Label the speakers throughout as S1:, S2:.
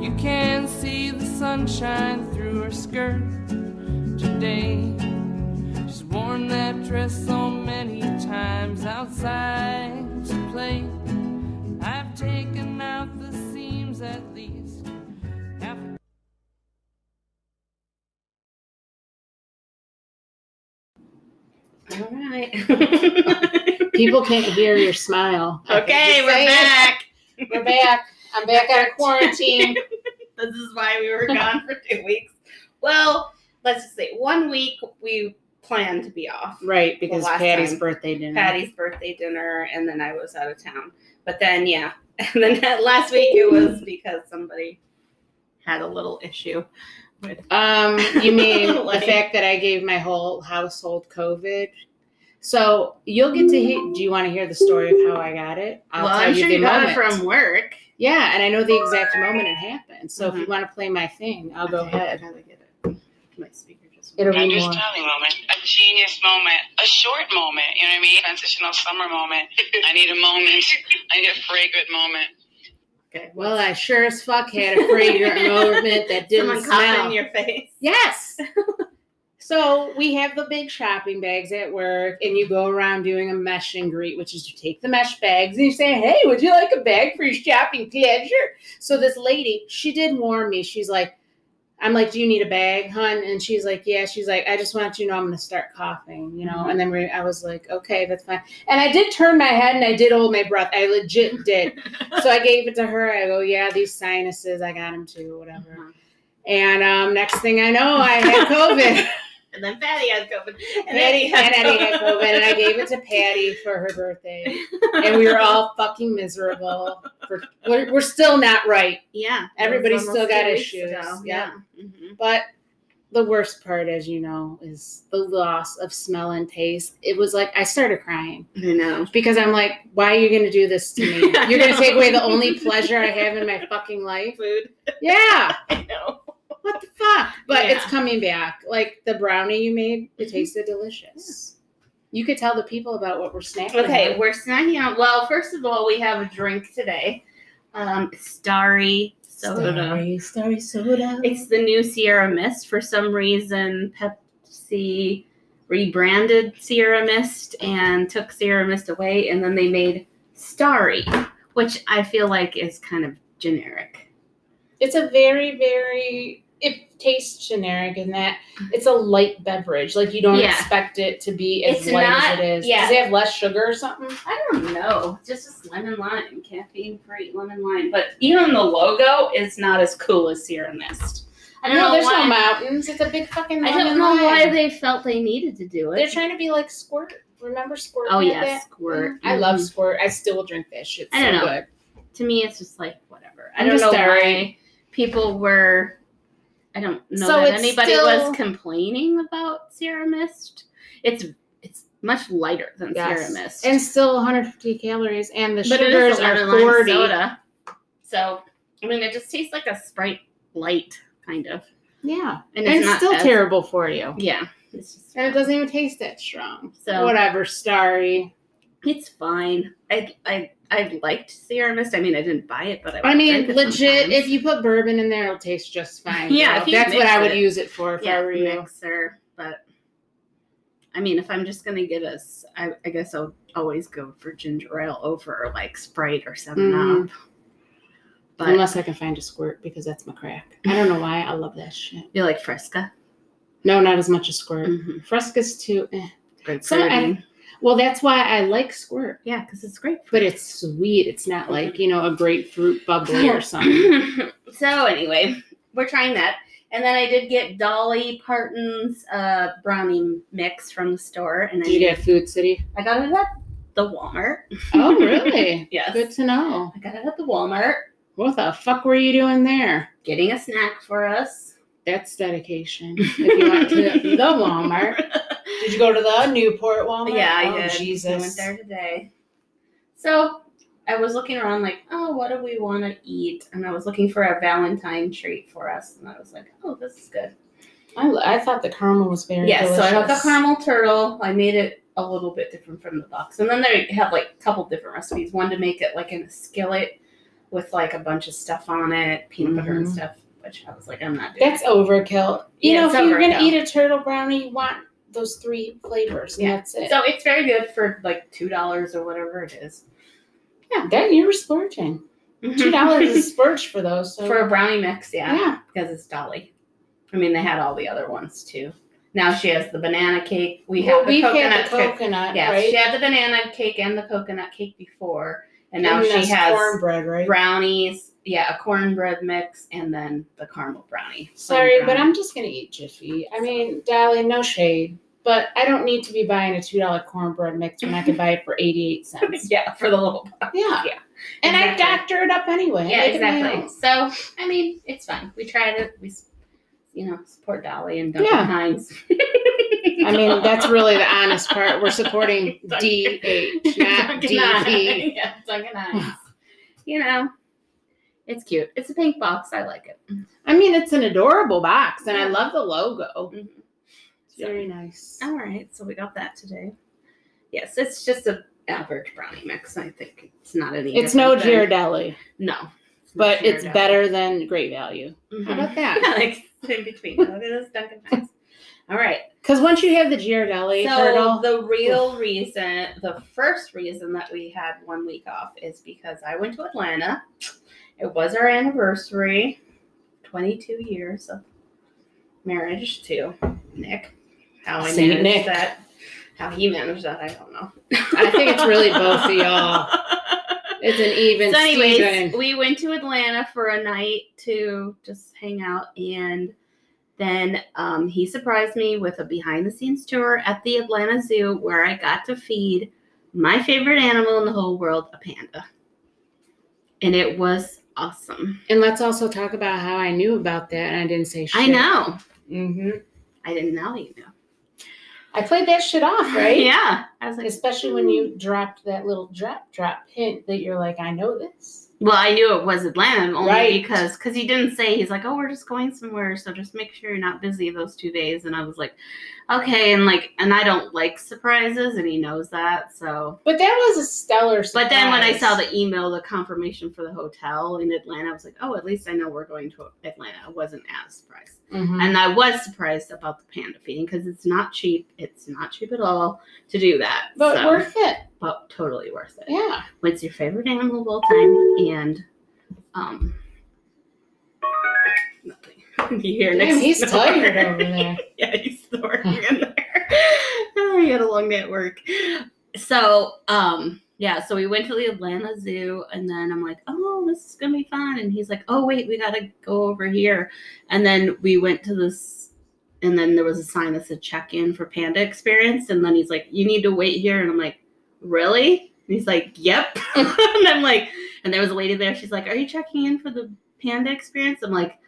S1: You can see the sunshine through her skirt today. She's worn that dress so many times outside to play. I've taken out the seams at least. half-
S2: All right.
S3: People can't hear your smile. I can
S2: okay,
S3: just
S2: we're
S3: say it.
S2: back.
S3: We're back. I'm back out of quarantine.
S2: This is why we were gone for two weeks. Well, let's just say one week we planned to be off.
S3: right, because
S2: last
S3: Patty's
S2: time.
S3: birthday dinner.
S2: Patty's birthday dinner, and then I was out of town. But then, yeah, and then that last week it was because somebody had a little issue.
S3: Um, you mean
S2: Like-
S3: the fact that I gave my whole household COVID? So you'll get to hear. Do you want to hear the story of how I got it? I'll
S2: well,
S3: tell
S2: I'm
S3: you
S2: sure
S3: the
S2: you got it
S3: moment.
S2: from work.
S3: Yeah, and I know the exact moment it happened. So
S2: Mhm.
S3: if you want to play my thing, I'll go
S2: Okay,
S3: ahead.
S2: I'll get it. My speaker just.
S3: It'll be more.
S4: Understanding moment, a genius moment, a short moment, you know what I mean? Transitional summer moment. I need a moment. I need a fragrant moment.
S2: Okay.
S3: Well, I sure as fuck had a fragrant moment that didn't
S2: Someone cough
S3: smell.
S2: in your face.
S3: Yes. so we have the big shopping bags at work, and you go around doing a mesh and greet, which is you take the mesh bags and you say, Hey, would you like a bag for your shopping pleasure? So this lady, she did warn me. She's like, I'm like, Do you need a bag, hun? And she's like, Yeah. She's like, I just want you to know I'm going to start coughing, you know? And then we, I was like, Okay, that's fine. And I did turn my head and I did hold my breath. I legit did. so I gave it to her. I go, Yeah, these sinuses, I got them too, whatever. And um, next thing I know, I had COVID.
S2: And then Patty had COVID. And
S3: and Eddie
S2: Eddie had,
S3: had COVID, and I gave it to Patty for her birthday. And we were all fucking miserable. For, we're, we're still not right.
S2: Yeah.
S3: Everybody's
S2: It was
S3: still
S2: almost
S3: got
S2: two weeks
S3: issues,
S2: ago. Yeah.
S3: yeah.
S2: Mhm.
S3: But the worst part, as you know, is the loss of smell and taste. It was like I started crying
S2: I know.
S3: because I'm like, why are you going to do this to me?
S2: I
S3: You're going
S2: know.
S3: to take away the only pleasure I have in my fucking life?
S2: Food.
S3: Yeah.
S2: I know.
S3: What the fuck? But it's
S2: Yeah.
S3: coming back. Like the brownie you made, it
S2: Mhm.
S3: tasted delicious. You could tell the people about what we're snacking.
S2: Okay,
S3: on.
S2: we're snacking on. Well, first of all, we have a drink today. Um, Starry Soda.
S3: Starry, starry soda.
S2: It's the new Sierra Mist. For some reason, Pepsi rebranded Sierra Mist and took Sierra Mist away, and then they made Starry, which I feel like is kind of generic.
S3: It's a very, very. It tastes generic in that it's a light beverage. Like you don't
S2: Mm-hmm. Yeah.
S3: expect it to be as
S2: It's
S3: light
S2: not-
S3: as it is.
S2: yeah.
S3: Does it have less sugar or something?
S2: I don't know. Just just lemon lime, caffeine free lemon lime. But even the logo is not as cool as Sierra Mist. I don't
S3: no,
S2: know
S3: there's
S2: why.
S3: no mountains. It's a big fucking.
S2: I
S3: lemon
S2: don't know why
S3: lime.
S2: they felt they needed to do
S3: They're
S2: it.
S3: trying to be like squirt. Remember squirt?
S2: Oh
S3: had
S2: yeah,
S3: that?
S2: squirt.
S3: I love
S2: Mhm.
S3: squirt. I still drink that shit.
S2: I don't
S3: so
S2: know.
S3: Good.
S2: To me, it's just like whatever. I
S3: I'm
S2: don't
S3: just
S2: know why
S3: sorry.
S2: people were. I don't know
S3: So
S2: that
S3: it's
S2: anybody
S3: still-
S2: was complaining about Sierra Mist. It's it's much lighter than
S3: Yes.
S2: Sierra Mist.
S3: and still 150 calories, and the
S2: but it
S3: sugars
S2: is a
S3: are
S2: water lime
S3: 40.
S2: soda. So I mean, it just tastes like a Sprite light, kind of,
S3: Yeah,
S2: and
S3: and
S2: it's,
S3: it's,
S2: not
S3: still
S2: as-
S3: terrible for you,
S2: Yeah, it's just
S3: and it doesn't even taste that strong.
S2: So-
S3: whatever, Starry.
S2: it's fine. I I I liked Sierra Mist. I mean, I didn't buy it, but I
S3: I
S2: would
S3: mean,
S2: drink it
S3: legit.
S2: sometimes.
S3: If you put bourbon in there, it'll taste just fine.
S2: Yeah,
S3: girl.
S2: if you
S3: that's what
S2: mix
S3: I would
S2: it.
S3: use it for if
S2: yeah,
S3: I were you.
S2: mixer. But I mean, if I'm just gonna get a, s- I, I guess I'll always go for ginger ale over like Sprite or 7
S3: Mhm.
S2: Up. But
S3: Unless I can find a squirt because that's my crack. I don't know why I love that shit.
S2: you like Fresca?
S3: No, not as much as squirt.
S2: Mm-hmm.
S3: Fresca's too. Eh.
S2: Grapefruit.
S3: Some- I-
S2: and-
S3: Well, that's why I like squirt,
S2: yeah, because it's great.
S3: but it's sweet. It's not like you know a grapefruit bubble
S2: Yeah.
S3: or something.
S2: so anyway, we're trying that. And then I did get Dolly Parton's uh, brownie mix from the store, and I,
S3: Did you get Food City?
S2: I got it at the Walmart.
S3: Oh, really?
S2: Yes,
S3: Good to know.
S2: I got it at the Walmart,
S3: What the fuck were you doing there?
S2: getting a snack for us.
S3: That's dedication. If you went to the Walmart. Did you go to the Newport Walmart?
S2: Yeah, I
S3: oh,
S2: did. I went
S3: Jesus.
S2: there today. So I was looking around like, oh, what do we want to eat? And I was looking for a Valentine treat for us, and I was like, oh, this is good.
S3: I, lo- I thought the caramel was very
S2: yeah,
S3: delicious.
S2: so I got the caramel turtle. I made it a little bit different from the box, and then they have like a couple different recipes. One to make it like in a skillet. with like a bunch of stuff on it, peanut butter and
S3: Mhm.
S2: stuff. Which I was like, I'm not doing.
S3: That's overkill. You
S2: Yeah,
S3: know,
S2: it's
S3: if you're going
S2: overkill.
S3: to eat a turtle brownie, you want those three flavors, and
S2: Yeah.
S3: that's it.
S2: So it's very good for like two dollars or whatever it is.
S3: yeah, then you were splurging. Two dollars is splurge for those. So
S2: for a brownie mix, yeah,
S3: yeah.
S2: because it's Dolly. I mean, they had all the other ones too. Now she has the banana cake. We
S3: well,
S2: have the
S3: we've
S2: coconut.
S3: had the
S2: cake.
S3: coconut,
S2: Yes,
S3: right?
S2: she had the banana cake and the coconut cake before, and now
S3: And
S2: she
S3: that's
S2: has
S3: cornbread, right?
S2: brownies. Yeah, a cornbread mix and then the caramel brownie. plain
S3: Sorry, but
S2: brownie.
S3: I'm just gonna eat Jiffy. I mean, Dolly, no shade, but I don't need to be buying a two dollar cornbread mix when I could buy it for eighty eight cents.
S2: yeah for the little.
S3: Yeah,
S2: Yeah,
S3: and I
S2: exactly.
S3: doctor it up anyway. I
S2: Yeah,
S3: make it my
S2: exactly.
S3: own.
S2: So I mean, it's fun. We tried it. We, s- you know, support Dolly and Duncan
S3: Yeah.
S2: Hines.
S3: I mean, that's really the honest part. We're supporting D H, not
S2: Duncan
S3: D E.
S2: Hines. Yeah, Duncan Hines. you know, it's cute. It's a pink box. I like it.
S3: I mean, it's an adorable box, and I love the logo.
S2: Mhm.
S3: It's very nice.
S2: All right, so we got that today. Yes, it's just a average brownie mix. I think it's not any.
S3: It's no
S2: different
S3: Ghirardelli,
S2: than- No, it's not
S3: but it's
S2: Ghirardelli.
S3: better than Great Value. How
S2: Mhm.
S3: about that?
S2: Yeah, like in between. Look at this Duncan Hines. All right.
S3: Because once you have the Ghirardelli
S2: so
S3: turtle,
S2: the real reason, the first reason that we had one week off is because I went to Atlanta. It was our anniversary, 22 years of marriage to Nick. How I
S3: Saint
S2: managed
S3: Nick.
S2: that, how he managed that, I don't know.
S3: I think it's really both of y'all. It's an even
S2: So, anyways,
S3: Steven.
S2: we went to Atlanta for a night to just hang out, and then um, he surprised me with a behind-the-scenes tour at the Atlanta Zoo, where I got to feed my favorite animal in the whole world, a panda, and it was awesome.
S3: And let's also talk about how I knew about that and I didn't say shit.
S2: I know.
S3: hmm
S2: I didn't know you knew.
S3: I played that shit off, right?
S2: Yeah. I was like,
S3: Especially when you dropped that little drop drop hint that you're like, I know this.
S2: well, I knew it was Atlanta only
S3: Right.
S2: because because he didn't say he's like, oh, we're just going somewhere, so just make sure you're not busy those two days. And I was like, okay, and like, and I don't like surprises, and he knows that, so.
S3: But that was a stellar surprise.
S2: But then when I saw the email, the confirmation for the hotel in Atlanta, I was like, oh, at least I know we're going to Atlanta. I wasn't as surprised.
S3: Mhm.
S2: And I was surprised about the panda feeding because it's not cheap. It's not cheap at all to do that.
S3: But
S2: so-
S3: worth it.
S2: but totally worth it.
S3: Yeah.
S2: What's your favorite animal of all time? And um nothing. you hear
S3: Damn,
S2: Nick
S3: he's
S2: snore?
S3: tired over there.
S2: yeah, he's snoring in there. oh, he had a long day at work. So um yeah, so we went to the Atlanta Zoo and then I'm like, oh, this is gonna be fun. And he's like, oh wait, we gotta go over here. And then we went to this and then there was a sign that said check in for Panda Experience. And then he's like, you need to wait here. And I'm like, really? And he's like, yep. and I'm like, and there was a lady there. She's like, are you checking in for the Panda Experience? I'm like,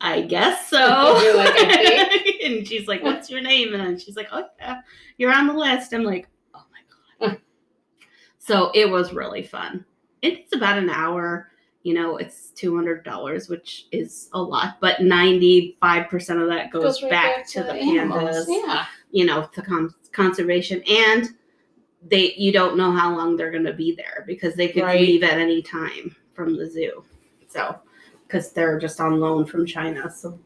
S2: I guess so.
S3: You're like, "I
S2: and she's like, what's your name? And then she's like, oh, yeah, you're on the list. I'm like, oh my God. so it was really fun. It's about an hour you know it's $200 which is a lot but 95% of that goes,
S3: right
S2: back, to, the pandas
S3: animals. Yeah.
S2: you know to con- conservation and they you don't know how long they're going to be there because they could
S3: Right.
S2: leave at any time from the zoo so because they're just on loan from china so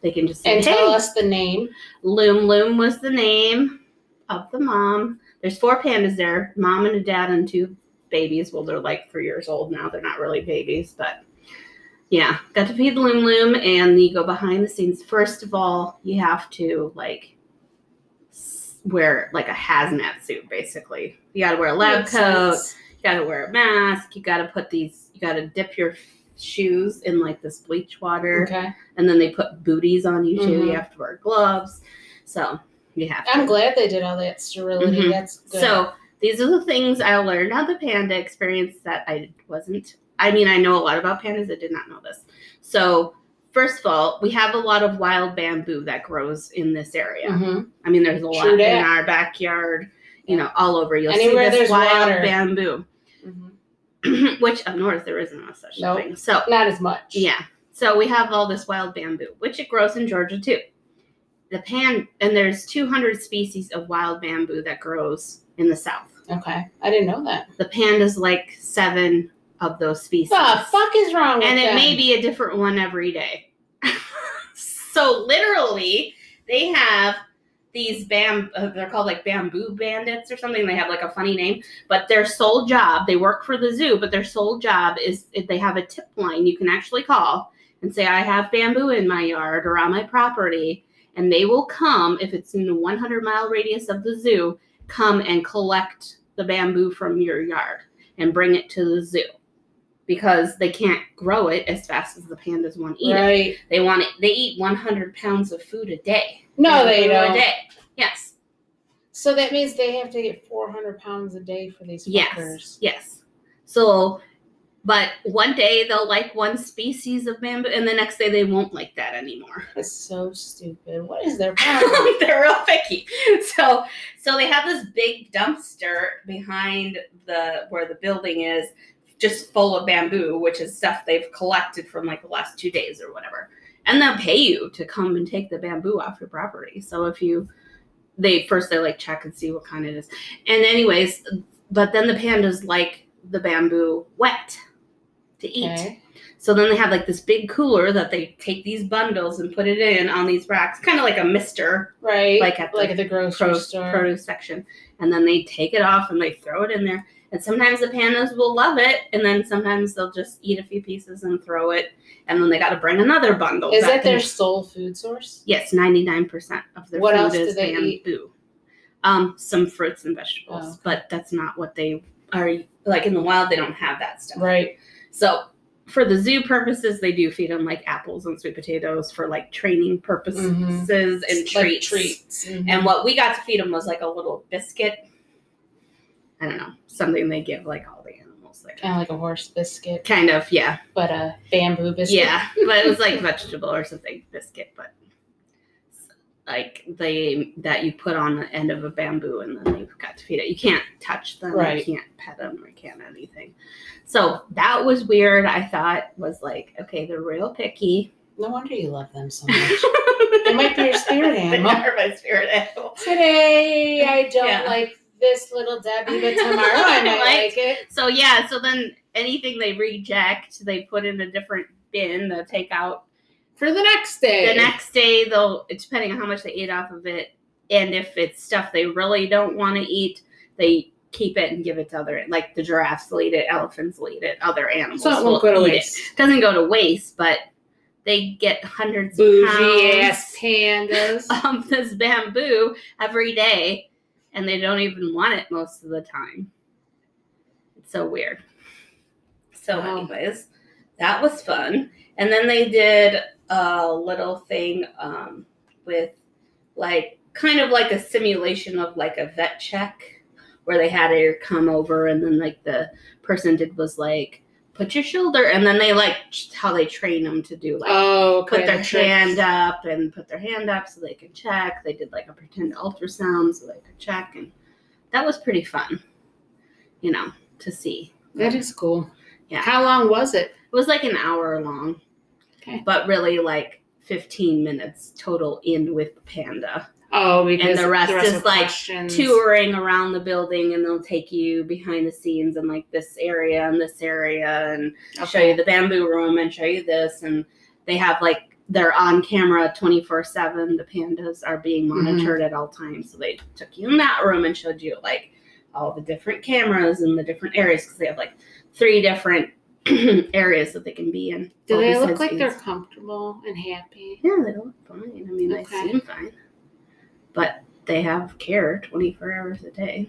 S2: they can just say,
S3: And tell
S2: "Hey,
S3: us the name.
S2: Loom Loom was the name of the mom. There's four pandas there, mom and a dad and two babies. Well, they're like three years old now. They're not really babies, but yeah, got to feed Loom Loom and you go behind the scenes. First of all, you have to like s- wear like a hazmat suit basically. You got to wear a lab
S3: Makes
S2: coat.
S3: sense.
S2: You got to wear a mask. You got to put these. You got to dip your shoes in like this bleach water
S3: Okay.
S2: and then they put booties on you too. You
S3: Mhm.
S2: have to wear gloves, so you have. To.
S3: I'm glad they did all that sterility.
S2: Mhm.
S3: That's good.
S2: So these are the things I learned on the panda experience that I wasn't. I mean, I know a lot about pandas. I did not know this. So first of all, we have a lot of wild bamboo that grows in this area.
S3: Mhm.
S2: I mean, there's a lot
S3: True
S2: in
S3: dat.
S2: our backyard. You know, all over. You'll
S3: Anywhere
S2: see this
S3: there's
S2: wild
S3: water.
S2: bamboo,
S3: Mm-hmm.
S2: which up north there isn't a such
S3: Nope.
S2: thing. So
S3: Not as much.
S2: Yeah. So we have all this wild bamboo, which it grows in Georgia too. The pan and there's 200 species of wild bamboo that grows in the south.
S3: Okay. I didn't know that.
S2: The pandas like seven of those species.
S3: The fuck is wrong Ah, with
S2: and it
S3: them?
S2: may be a different one every day. so literally, they have these bam. uh, They're called like bamboo bandits or something. They have like a funny name, but their sole job. They work for the zoo, but their sole job is if they have a tip line you can actually call and say, "I have bamboo in my yard or on my property," and they will come if it's in the 100 mile radius of the zoo. Come and collect the bamboo from your yard and bring it to the zoo because they can't grow it as fast as the pandas want to eat it.
S3: right.
S2: They want it. They eat 100 pounds of food a day.
S3: No,
S2: Bamboo
S3: they
S2: A
S3: don't.
S2: day. Yes.
S3: So that means they have to get 400 pounds a day for these
S2: Yes.
S3: fuckers.
S2: Yes. So, but one day they'll like one species of bamboo, and the next day they won't like that anymore.
S3: That's so stupid. What is their problem?
S2: They're real picky. So, so they have this big dumpster behind the where the building is, just full of bamboo, which is stuff they've collected from like the last two days or whatever. And they'll pay you to come and take the bamboo off your property. So if you, they first they like check and see what kind it is. And anyways, but then the pandas like the bamboo wet to eat.
S3: Okay.
S2: So then they have like this big cooler that they take these bundles and put it in on these racks, kind of like a mister
S3: Right.
S2: Like at the
S3: like at the grocery
S2: produce,
S3: store.
S2: produce section. And then they take it off and they throw it in there. And sometimes the pandas will love it, and then sometimes they'll just eat a few pieces and throw it. And then they got to bring another bundle.
S3: Is
S2: back
S3: that their
S2: in.
S3: sole food source?
S2: Yes, ninety nine percent of their
S3: What
S2: food
S3: else do
S2: is
S3: they
S2: bamboo.
S3: eat?
S2: Um, some fruits and vegetables,
S3: Oh, okay.
S2: but that's not what they are like in the wild. They don't have that stuff.
S3: Right.
S2: So for the zoo purposes, they do feed them like apples and sweet potatoes for like training purposes
S3: Mhm.
S2: and treats.
S3: Like treats. Mm-hmm.
S2: And what we got to feed them was like a little biscuit. I don't know, something they give like all the animals. Like
S3: kind of like a horse biscuit,
S2: kind of, yeah,
S3: but a bamboo biscuit.
S2: yeah. But it was like vegetable or something biscuit, but like they that you put on the end of a bamboo and then they've got to feed it. You can't touch them,
S3: Right.
S2: you can't pet them, or you can't anything. So that was weird. I thought was like, okay, they're real picky.
S3: No wonder you love them so much. they might be your spirit
S2: They
S3: animal.
S2: are my spirit animal.
S3: Today I don't
S2: Yeah.
S3: like this little Debbie, but tomorrow I might
S2: Like-
S3: like it.
S2: So yeah, so then anything they reject, they put in a different bin. They'll take out
S3: For the next day.
S2: the next day. They'll depending on how much they ate off of it, and if it's stuff they really don't want to eat, they keep it and give it to other like the giraffes will eat it, elephants will eat it, other animals.
S3: So it
S2: will
S3: won't go to
S2: eat
S3: waste.
S2: It. Doesn't go to waste, but they get hundreds of
S3: Bougie
S2: pounds
S3: ass pandas.
S2: of um, this bamboo every day, and they don't even want it most of the time. It's so weird. So,
S3: Wow.
S2: anyways, that was fun. And then they did a little thing um, with like kind of like a simulation of like a vet check where they had her come over and then like the person did was like put your shoulder and then they like how they train them to do like
S3: oh, okay.
S2: put their
S3: the tricks.
S2: hand up and put their hand up so they can check. They did like a pretend ultrasound so they could check, and that was pretty fun, you know, to see.
S3: That is cool.
S2: Yeah.
S3: How long was it?
S2: It was like an hour long,
S3: Okay.
S2: but really like 15 minutes total in with the panda.
S3: Oh, because
S2: the rest is
S3: were
S2: like
S3: questions.
S2: Touring around the building, and they'll take you behind the scenes and like this area and this area, and show you the bamboo room and show you this and they have like they're on camera 24/7 the pandas are being
S3: Mm-hmm.
S2: monitored at all times so they took you in that room and showed you like all the different cameras and the different areas cuz they have like three different areas that they can be in
S3: Do
S2: all
S3: they
S2: besides
S3: look like
S2: being-
S3: they're comfortable and happy?
S2: yeah they look fine i mean
S3: Okay.
S2: they seem fine but they have care 24 hours a day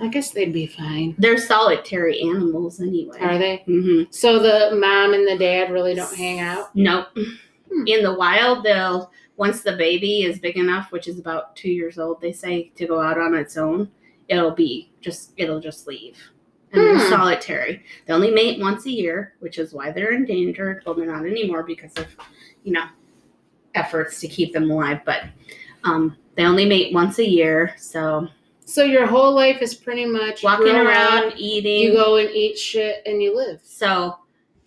S3: I guess they'd be fine.
S2: they're solitary animals anyway
S3: Are they?
S2: hmm
S3: So the mom and the dad really don't hang out.
S2: Nope.
S3: Hmm.
S2: In the wild, they'll once the baby is big enough, which is about two years old, they say to go out on its own. It'll be just it'll just leave. And they're
S3: Hmm.
S2: solitary. They only mate once a year, which is why they're endangered. Well, they're not anymore because of you know efforts to keep them alive. But um, they only mate once a year, so
S3: So your whole life is pretty much
S2: walking
S3: grow
S2: around,
S3: up,
S2: eating.
S3: You go and eat shit and you live.
S2: so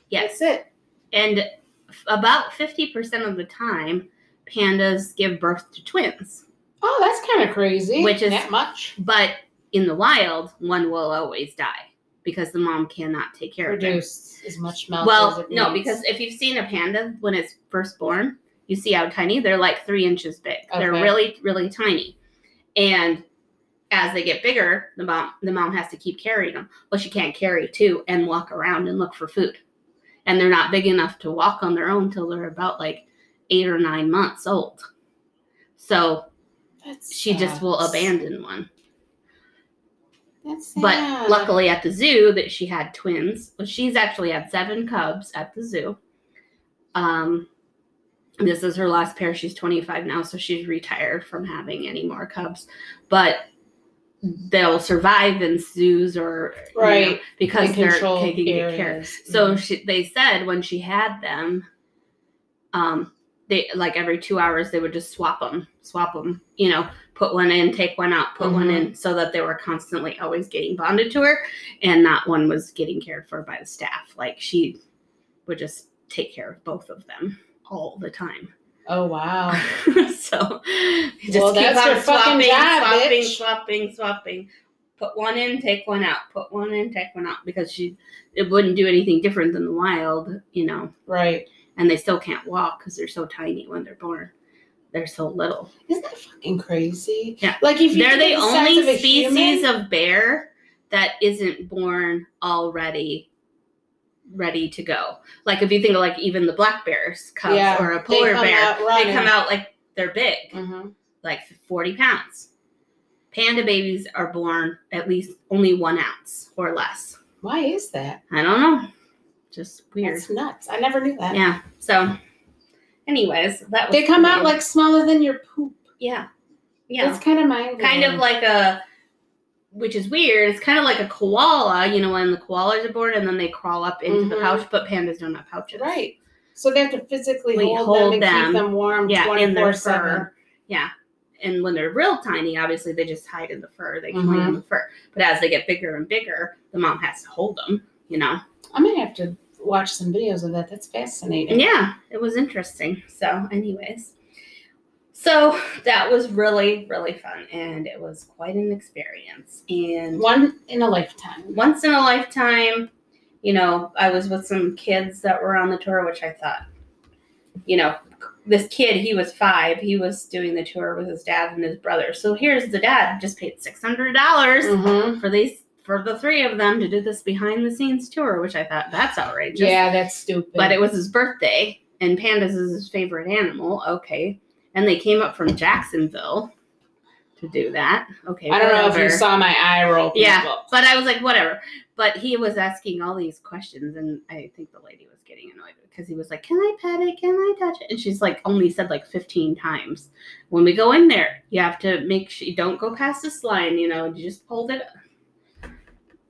S2: yes,
S3: That's it.
S2: And f- about 50% of the time, pandas give birth to twins.
S3: Oh, that's kind of crazy.
S2: Which is-
S3: that much.
S2: But in the wild, one will always die. because the mom cannot take care of them.
S3: Reduce as much milk. as
S2: Well,
S3: it
S2: no,
S3: needs.
S2: because if you've seen a panda when it's first born, you see how tiny they're like three inches big. They're
S3: Okay.
S2: really, really tiny. And as they get bigger, the mom the mom has to keep carrying them. Well, she can't carry two and walk around and look for food. And they're not big enough to walk on their own till they're about like eight or nine months old. So
S3: That
S2: she just will
S3: sucks.
S2: abandon one.
S3: That's sad.
S2: But luckily at the zoo that she had twins. Well, she's actually had seven cubs at the zoo. Um, this is her last pair. She's 25 now, so she's retired from having any more cubs. But they'll survive in zoos or you know,
S3: Right.
S2: because
S3: In
S2: they're
S3: controlled
S2: taking good care.
S3: areas.
S2: So
S3: Mhm.
S2: she, they said when she had them, um, they like every two hours they would just swap them, swap them, you know, put one in, take one out, put one in, so that they were constantly always getting bonded to her, and not one was getting cared for by the staff. Like she would just take care of both of them all the time.
S3: Oh wow.
S2: so you just
S3: Well,
S2: keep
S3: that's
S2: on
S3: your fucking
S2: swapping,
S3: job,
S2: swapping,
S3: bitch.
S2: swapping, swapping. Put one in, take one out. Put one in, take one out because she it wouldn't do anything different than the wild, you know.
S3: Right.
S2: And they still can't walk because they're so tiny when they're born. They're so little.
S3: Isn't that fucking crazy?
S2: Yeah.
S3: Like if you
S2: They're the
S3: think size
S2: only
S3: of a
S2: species
S3: human-
S2: of bear that isn't born already ready to go. Like if you think of like even the black bear's cubs
S3: Yeah,
S2: or a
S3: they
S2: polar
S3: come
S2: bear,
S3: out
S2: they
S3: running.
S2: come out like they're big
S3: Mhm.
S2: like 40 pounds. Panda babies are born at least only one ounce or less.
S3: Why is that?
S2: I don't know. Just weird.
S3: That's nuts. I never knew that.
S2: yeah. So, anyways, that was
S3: They come out
S2: weird.
S3: like smaller than your poop.
S2: yeah, yeah,
S3: It's kind of mind.
S2: kind of like a, which is weird. It's kind of like a koala. You know, when the koalas are born and then they crawl up into the
S3: Mhm.
S2: pouch, but pandas don't have pouches.
S3: right. So they have to physically
S2: We
S3: hold,
S2: hold
S3: them and
S2: them.
S3: keep them warm
S2: Yeah, in their
S3: 24/7.
S2: fur. Yeah. And when they're real tiny, obviously they just hide in the fur. They clean
S3: Mhm.
S2: in the fur. But as they get bigger and bigger, the mom has to hold them, you know?
S3: I might have to watch some videos of that. That's fascinating.
S2: And yeah, it was interesting. So, anyways. So that was really, really fun. And it was quite an experience. And
S3: One in a lifetime.
S2: once in a lifetime, you know, I was with some kids that were on the tour, which I thought, you know, this kid, he was five, he was doing the tour with his dad and his brother. So here's the dad just paid six hundred dollars
S3: Mhm.
S2: for these for the three of them to do this behind the scenes tour, which I thought that's outrageous.
S3: yeah, that's stupid.
S2: But it was his birthday, and pandas is his favorite animal. Okay. And they came up from Jacksonville to do that. Okay.
S3: I don't know if
S2: whatever.
S3: you saw my eye roll. People.
S2: Yeah, But I was like, whatever. But he was asking all these questions, and I think the lady was getting annoyed because he was like, "Can I pet it? Can I touch it?" And she's like, only said like fifteen times. When we go in there, you have to make sure you don't go past this line. You know, you just hold it. up.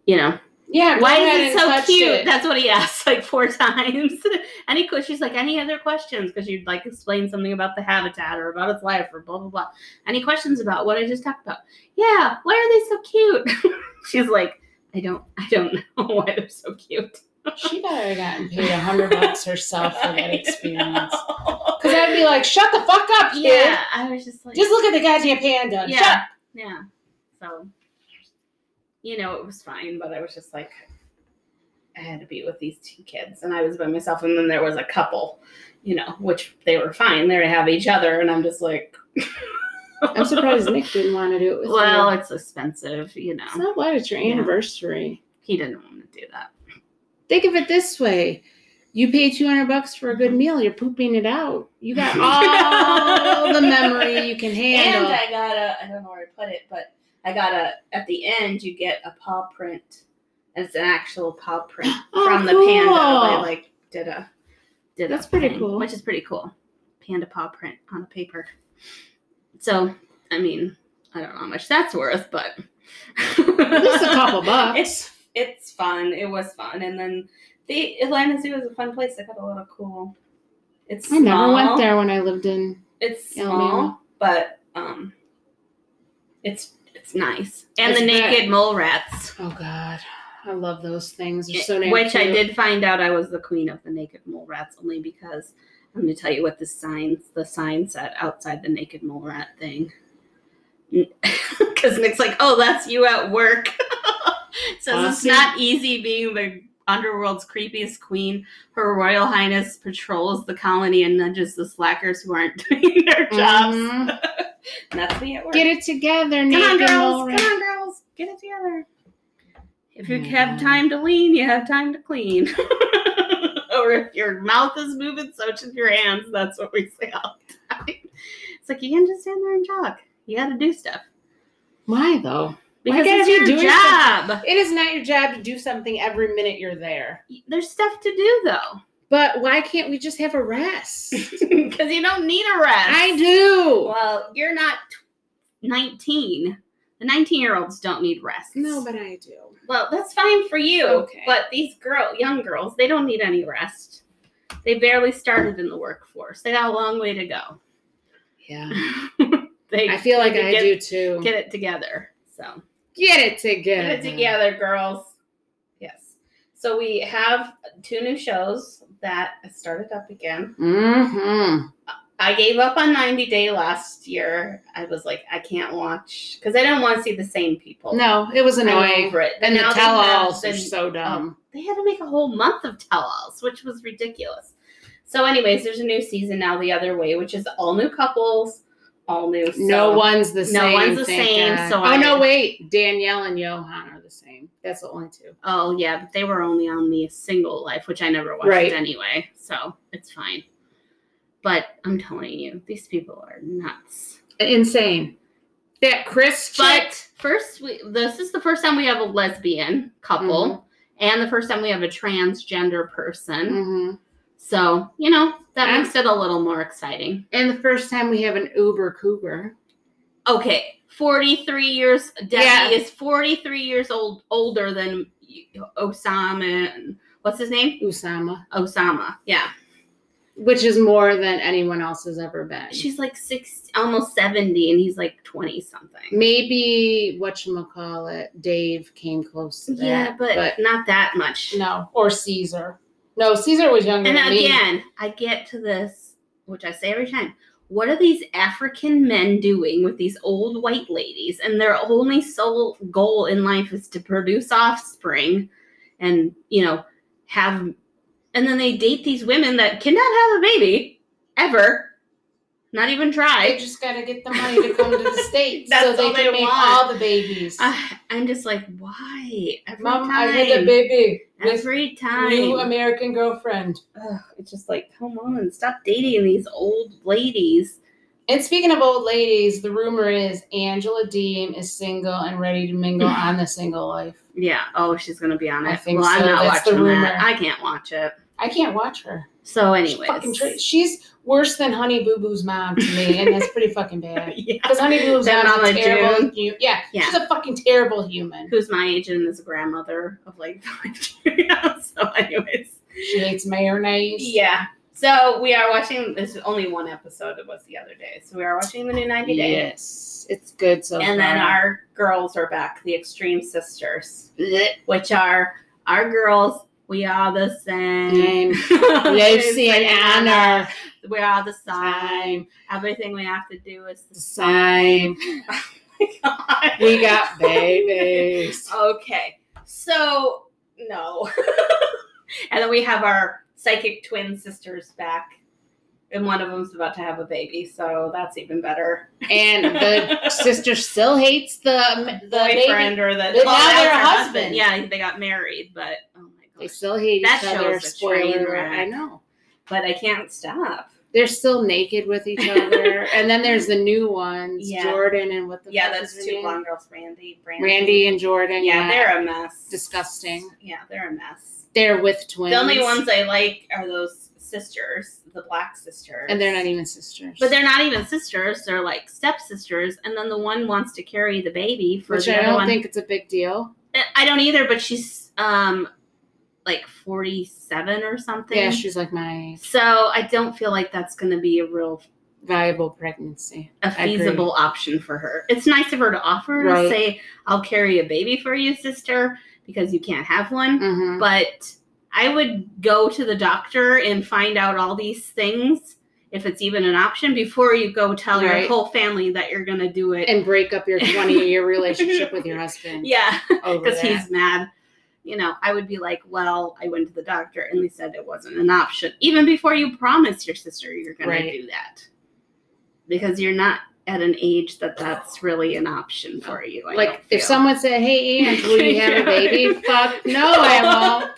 S2: You know,
S3: Yeah. go
S2: why
S3: ahead
S2: is it
S3: and
S2: so
S3: touch
S2: cute?
S3: it.
S2: That's what he asked like four times. any que- she's like, any other questions? Because you'd like explain something about the habitat or about its life or blah blah blah. Any questions about what I just talked about? Yeah, why are they so cute? she's like, I don't, I don't know why they're so cute.
S3: She better have gotten paid a hundred bucks herself for
S2: I
S3: that experience.
S2: know.
S3: Because I'd be like, shut the fuck up, kid.
S2: yeah, I was just like,
S3: Just look at the goddamn panda.
S2: yeah,
S3: Shut up.
S2: yeah. So, you know, it was fine, but I was just like, I had to be with these two kids, and I was by myself, and then there was a couple, you know, which they were fine. They have each other, and I'm just like,
S3: I'm surprised Nick didn't want to do it with
S2: Well,
S3: you.
S2: it's expensive, you
S3: It's
S2: know.
S3: not what it's your
S2: Yeah.
S3: anniversary.
S2: He didn't want to do that.
S3: Think of it this way. You pay 200 bucks for a good meal, you're pooping it out. You got all the memory you can
S2: And
S3: handle.
S2: I got a, I don't know where I put it, but I got a, at the end, you get a paw print. And it's an actual paw print
S3: Oh,
S2: from the panda. They
S3: cool.
S2: like did a, did
S3: That's
S2: a
S3: pretty
S2: thing,
S3: cool.
S2: Which is pretty cool. Panda paw print on a paper. So, I mean, I don't know how much that's worth, but.
S3: At least a couple bucks.
S2: It's it's fun. It was fun, and then the Atlanta Zoo is a fun place. They got a lot of cool. It's
S3: I never went
S2: small.
S3: there when I lived in.
S2: It's
S3: Alabama.
S2: small, but um, it's it's nice. And
S3: It's
S2: the
S3: not-
S2: naked mole rats,
S3: Oh, God. I love those things. They're
S2: it-
S3: so damn
S2: which I
S3: cute.
S2: did find out I was the queen of the naked mole rats, only because I'm going to tell you what the sign the sign said outside the naked mole rat thing. Because Nick's like, "Oh, that's you at work." Says it's
S3: Honestly-
S2: not easy being the underworld's creepiest queen. Her Royal Highness patrols the colony and nudges the slackers who aren't doing their jobs.
S3: Mhm.
S2: And That's me at work.
S3: Get it together,
S2: Come on,
S3: Nathan
S2: girls.
S3: Mulroy.
S2: Come on, girls. Get it together. If you
S3: Oh,
S2: have
S3: God.
S2: time to lean, you have time to clean. or if your mouth is moving, so should your hands. That's what we say all the time. It's like you can just stand there and talk. You got to do stuff
S3: Why though? Why
S2: because
S3: can't
S2: it's
S3: you
S2: your
S3: do it
S2: job.
S3: It is not your job to do something every minute you're there.
S2: There's stuff to do though,
S3: But why can't we just have a rest?
S2: because you don't need a rest.
S3: I do.
S2: Well, you're not tw- 19. The 19 year olds don't need rest.
S3: No, but I do.
S2: Well, that's fine for you.
S3: Okay.
S2: But these girl, young girls, they don't need any rest. They barely started in the workforce. They got a long way to go.
S3: Yeah.
S2: they
S3: I feel like
S2: need to
S3: I
S2: get,
S3: do too.
S2: Get it together. So
S3: Get it together.
S2: get it together, girls. Yes. So we have two new shows that I started up again.
S3: Mm-hmm.
S2: I gave up on 90 Day last year. I was like, I can't watch because I didn't want to see the same people.
S3: No, it was
S2: I'm
S3: annoying.
S2: over it. But
S3: And the
S2: now they
S3: tell
S2: have
S3: alls
S2: the- oh,
S3: are so dumb.
S2: they had to make a whole month of tell-alls, which was ridiculous. So, anyways, there's a new season now, The Other Way, which is all new couples, all new. So
S3: no one's the
S2: no
S3: same.
S2: one's the
S3: thank
S2: same,
S3: God.
S2: so
S3: oh
S2: I-
S3: no, wait. Danielle and Johan are the same. That's the only two.
S2: Oh yeah, but they were only on the Single Life, which I never watched
S3: Right.
S2: anyway, so it's fine. But I'm telling you, these people are nuts.
S3: Insane. That Chris
S2: But
S3: chick-
S2: first, we this is the first time we have a lesbian couple,
S3: Mm-hmm.
S2: and the first time we have a transgender person.
S3: Mhm.
S2: So you know that
S3: I'm-
S2: makes it a little more exciting.
S3: And the first time we have an Uber cougar.
S2: okay 43 years debbie
S3: Yeah.
S2: is 43 years old older than osama and what's his name
S3: Usama,
S2: osama yeah
S3: which is more than anyone else has ever been.
S2: she's like six almost 70 and he's like 20 something
S3: Maybe what you call it, Dave came close to that.
S2: yeah but, not that much
S3: no, or Caesar. No, Caesar was younger
S2: and uh,
S3: than me.
S2: again i get to this which i say every time what are these african men doing with these old white ladies and their only sole goal in life is to produce offspring and you know have and then they date these women that cannot have a baby ever not even
S3: They
S2: try
S3: just got to get the money to come to the states
S2: That's
S3: so they
S2: all
S3: can
S2: they
S3: make
S2: want.
S3: all the babies.
S2: I, Ah, i'm just like why every
S3: Mom, I
S2: time
S3: had a baby with
S2: every
S3: new
S2: time
S3: American girlfriend.
S2: Ugh, it's just like come on stop dating these old ladies
S3: And speaking of old ladies, the rumor is Angela Deem is single and ready to mingle on the single life.
S2: Yeah. Oh, she's gonna be on it.
S3: I think
S2: well, I'm
S3: so.
S2: not
S3: That's the
S2: watching
S3: rumor.
S2: that. I can't watch it.
S3: I can't watch her.
S2: So,
S3: She's fucking
S2: anyways,
S3: tra- she's worse than Honey Boo Boo's mom to me, and that's pretty fucking bad.
S2: yeah.
S3: Because Honey Boo Boo's
S2: That
S3: mom's a
S2: Mama
S3: terrible. hu- yeah,
S2: Yeah.
S3: she's a fucking terrible human.
S2: Who's my age and is a grandmother of like five. yeah. So, anyways,
S3: She hates mayonnaise.
S2: yeah. So we are watching. This is only one episode. It was the other day. So we are watching the new 90 Day.
S3: Yes, it's good so
S2: And then
S3: far.
S2: our girls are back, the Extreme Sisters, which are our girls. We are the same.
S3: lives in honor.
S2: We are the same.
S3: Time,
S2: Everything we have to do is the
S3: time.
S2: same.
S3: We got babies.
S2: Okay. So, no. and then we have our psychic twin sisters back. And one of them's about to have a baby, so that's even better.
S3: and the sister still hates the the
S2: Boyfriend
S3: baby.
S2: or the
S3: But now
S2: that's
S3: they're
S2: her
S3: a husband.
S2: Yeah, they got married, but oh my
S3: They
S2: gosh.
S3: still hate
S2: That
S3: each
S2: show
S3: other.
S2: is a train
S3: Spoiler.
S2: wreck.
S3: I know.
S2: But I can't stop.
S3: They're still naked with each other. and then there's the new ones,
S2: Yeah.
S3: Jordan and what the
S2: Yeah,
S3: fuck
S2: that's
S3: is her
S2: two
S3: name?
S2: blonde girls, Randy, Brandy.
S3: Randy and Jordan.
S2: Yeah, they're a mess.
S3: disgusting.
S2: Yeah, they're a mess.
S3: They're with twins.
S2: The only ones I like are those sisters, the black sisters.
S3: and they're not even sisters.
S2: But they're not even sisters. They're like stepsisters. And then the one wants to carry the baby for
S3: which
S2: the
S3: I
S2: other
S3: don't
S2: one. Eh,
S3: think it's a big deal.
S2: I don't either, but she's um like 47 or something.
S3: Yeah, she's like my
S2: so I don't feel like that's going to be a real
S3: viable pregnancy.
S2: a
S3: I agree.
S2: feasible option for her. It's nice of her to offer
S3: Right.
S2: to say, I'll carry a baby for you, sister, because you can't have one.
S3: Mm-hmm.
S2: But I would go to the doctor and find out all these things if it's even an option before you go tell your
S3: Right.
S2: whole family that you're gonna do it.
S3: and break up your 20 year relationship with your husband.
S2: yeah,
S3: over
S2: because
S3: that.
S2: he's mad. You know, I would be like, well, I went to the doctor and they said it wasn't an option. Even before you promise your sister you're gonna
S3: Right.
S2: do that, because you're not at an age that that's really an option for you. I don't
S3: like
S2: feel.
S3: if someone said, "Hey, Aunt, will you have
S2: Yeah.
S3: a baby?" Fuck, no, I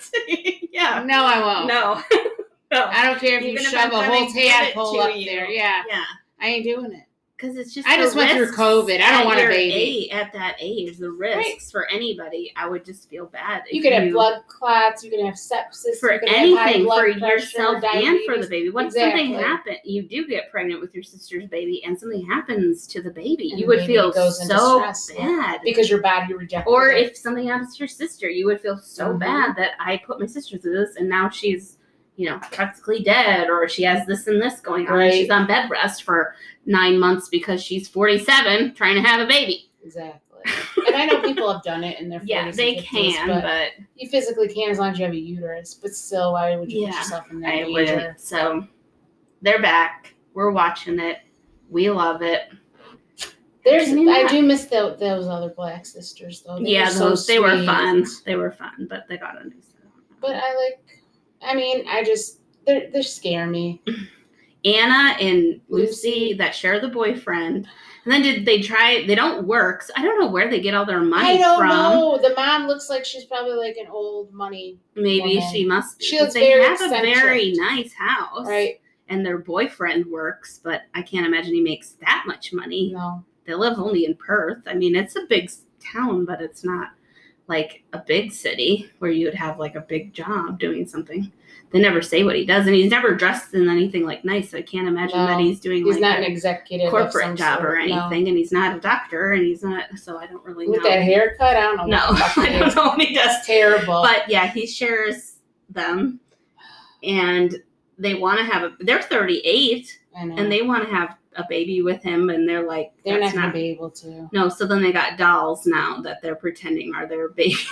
S2: yeah,
S3: won't. No, I won't.
S2: no, no,
S3: I don't care if
S2: Even
S3: you
S2: if
S3: shove
S2: I'm
S3: a
S2: gonna
S3: whole
S2: give it
S3: tadpole
S2: to
S3: up
S2: you.
S3: there. Yeah,
S2: yeah.
S3: I ain't doing it.
S2: Because it's just
S3: I
S2: the
S3: just went through
S2: risks
S3: COVID. I don't
S2: at
S3: want a
S2: your
S3: baby.
S2: age- at that age. The risks for anybody, I would just feel bad. if
S3: You could have blood clots. You can have sepsis
S2: for
S3: you could have high
S2: anything
S3: blood
S2: for
S3: pressure,
S2: yourself and for the
S3: diabetes.
S2: baby. What if something
S3: Exactly.
S2: happened? You do get pregnant with your sister's baby, and something happens to the baby.
S3: And
S2: you
S3: the
S2: would
S3: baby
S2: feel
S3: goes into
S2: so
S3: stress, yeah.
S2: bad.
S3: because your body rejected.
S2: Or
S3: it.
S2: if something happens to your sister, you would feel so
S3: Mhm.
S2: bad that I put my sister through this, and now she's, you know, practically dead, or she has this and this going on. and
S3: Right.
S2: She's on bed rest for nine months because she's forty-seven trying to have a baby.
S3: exactly, and I know people have done it in their 40s
S2: Yeah,
S3: and
S2: they
S3: 50s,
S2: can,
S3: but,
S2: but,
S3: you physically can as long as you have a uterus. But still, why would you
S2: Yeah,
S3: put yourself in that
S2: I
S3: danger?
S2: would. So they're back. We're watching it. We love it.
S3: There's,
S2: I mean,
S3: I
S2: that-
S3: do miss tho- those other black sisters though. They
S2: yeah,
S3: were so
S2: those they were
S3: sweet.
S2: fun. They were fun, but they got a new set.
S3: But uh, I like, I mean, I just they they scare me.
S2: Anna and Lucy
S3: Lucy.
S2: that share the boyfriend. And then did they try? They don't work. So I don't know where they get all their money
S3: I don't
S2: from.
S3: know. The mom looks like she's probably like an old money,
S2: Maybe
S3: Woman.
S2: she must. be,
S3: She
S2: but
S3: was
S2: they
S3: very
S2: have a very
S3: eccentric.
S2: nice house,
S3: right?
S2: And their boyfriend works, but I can't imagine he makes that much money.
S3: No,
S2: They live only in Perth. I mean, it's a big s- town, but it's not like a big city where you would have like a big job doing something. They never say what he does, and he's never dressed in anything like nice. So I can't imagine that
S3: No,
S2: he's doing
S3: he's
S2: like
S3: not an
S2: a
S3: executive of some
S2: corporate job or
S3: sort, no.
S2: anything, and he's not a doctor, and he's not. So I don't really
S3: With
S2: know.
S3: that haircut, I don't know.
S2: no,
S3: what the fuck
S2: I
S3: it
S2: don't
S3: is.
S2: know what he does.
S3: It's terrible.
S2: But yeah, he shares them, and they want to have. A, they're thirty eight,
S3: I know.
S2: and they want to have a baby with him, and they're like,
S3: they're not
S2: that's
S3: gonna
S2: not
S3: be able to.
S2: no, so then they got dolls now that they're pretending are their babies.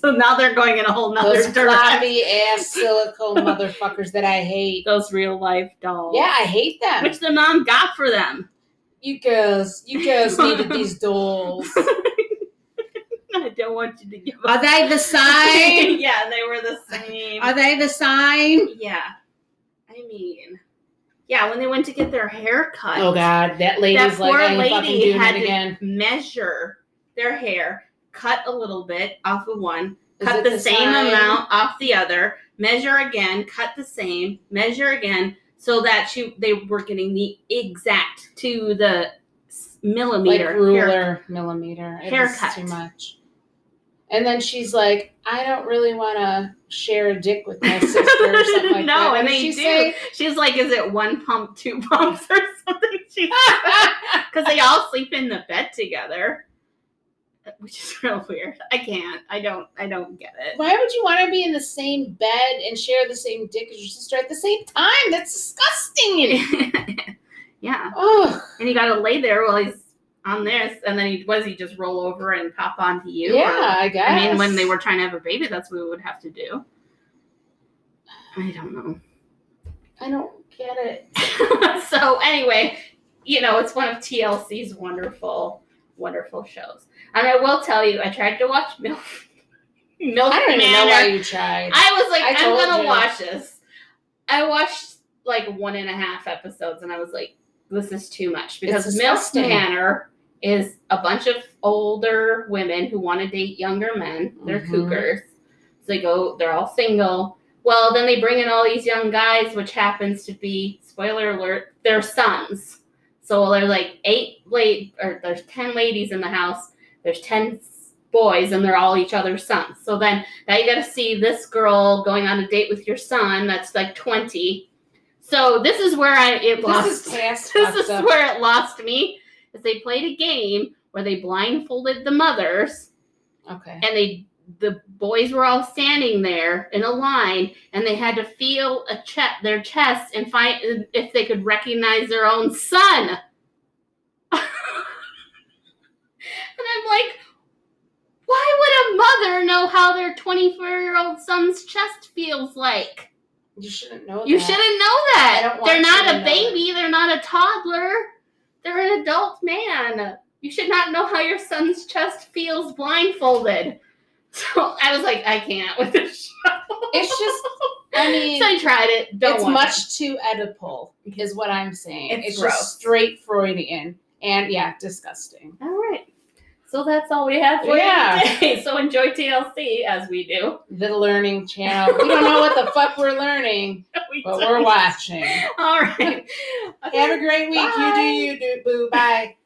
S2: so now they're going in a whole nother
S3: Those
S2: direction.
S3: floppy ass silicone motherfuckers that I hate.
S2: Those real life dolls.
S3: Yeah, I hate them.
S2: Which the mom got for them.
S3: you girls, you girls needed these dolls.
S2: I don't want you to give
S3: Are
S2: up.
S3: they the same?
S2: yeah, they were the same.
S3: Are they the same?
S2: yeah. I mean, yeah, when they went to get their hair cut,
S3: Oh God, that lady's
S2: That
S3: like,
S2: poor
S3: I ain't fucking
S2: lady
S3: doing
S2: had
S3: it
S2: to-
S3: again.
S2: measure their hair, cut a little bit off of one,
S3: Is
S2: cut
S3: it
S2: the, same
S3: same?
S2: amount off the other, measure again, cut the same, measure again, so that she they were getting the exact to the s-
S3: like
S2: millimeter.
S3: ruler
S2: hair.
S3: millimeter. It was
S2: Haircut.
S3: too much. And then she's like, I don't really want to share a dick with my sister or something like that.
S2: no,
S3: What
S2: and
S3: did
S2: they
S3: she
S2: do.
S3: say?
S2: She's like, is it one pump, two pumps, or something? Because they all sleep in the bed together, which is real weird. I can't. I don't. I don't get it.
S3: Why would you want to be in the same bed and share the same dick as your sister at the same time? That's disgusting.
S2: yeah.
S3: Ugh.
S2: and you got to lay there while he's on this, and then he was he just roll over and pop onto you. or-
S3: yeah, I guess.
S2: I mean, when they were trying to have a baby, that's what we would have to do. I don't know.
S3: I don't get it.
S2: so anyway, you know, it's one of TLC's wonderful, wonderful shows. And I will tell you, I tried to watch MILF. MILF
S3: I don't even know
S2: Manor.
S3: why you tried.
S2: I was like,
S3: I
S2: I'm
S3: told
S2: gonna
S3: you.
S2: watch this. I watched like one and a half episodes, and I was like, this is too much because Milf
S3: disgusting.
S2: Manor is a bunch of older women who want to date younger men. They're
S3: Mhm.
S2: cougars, so they go. They're all single. Well, then they bring in all these young guys, which happens to be spoiler alert, their sons. So they're like eight late or there's ten ladies in the house. There's ten s- boys, and they're all each other's sons. So then now you got to see this girl going on a date with your son that's like 20. So this is where I it
S3: this
S2: lost.
S3: is past
S2: This
S3: fucked
S2: is
S3: up.
S2: where it lost me. Is they played a game where they blindfolded the mothers
S3: Okay.
S2: and they the boys were all standing there in a line and they had to feel a che- their chest and find if they could recognize their own son. and I'm like, why would a mother know how their 24 year old son's chest feels like?
S3: You shouldn't know
S2: You
S3: that.
S2: shouldn't know that.
S3: I don't want
S2: They're
S3: you
S2: not
S3: to
S2: a
S3: know
S2: baby. not a toddler. They're an adult man. You should not know how your son's chest feels blindfolded. So I was like, I can't with this show.
S3: It's just, I mean,
S2: so I tried it. Don't
S3: it's
S2: want it.
S3: much too Oedipal, is what I'm saying.
S2: It's
S3: It's,
S2: gross.
S3: just straight Freudian. And yeah, disgusting.
S2: All right. So that's all we have for
S3: Yeah.
S2: you today. So enjoy TLC as we do.
S3: The learning channel. We don't know what the fuck we're learning,
S2: We
S3: but
S2: do.
S3: we're watching.
S2: All right.
S3: Have a great week. You do,
S2: Bye.
S3: you do, boo. Bye.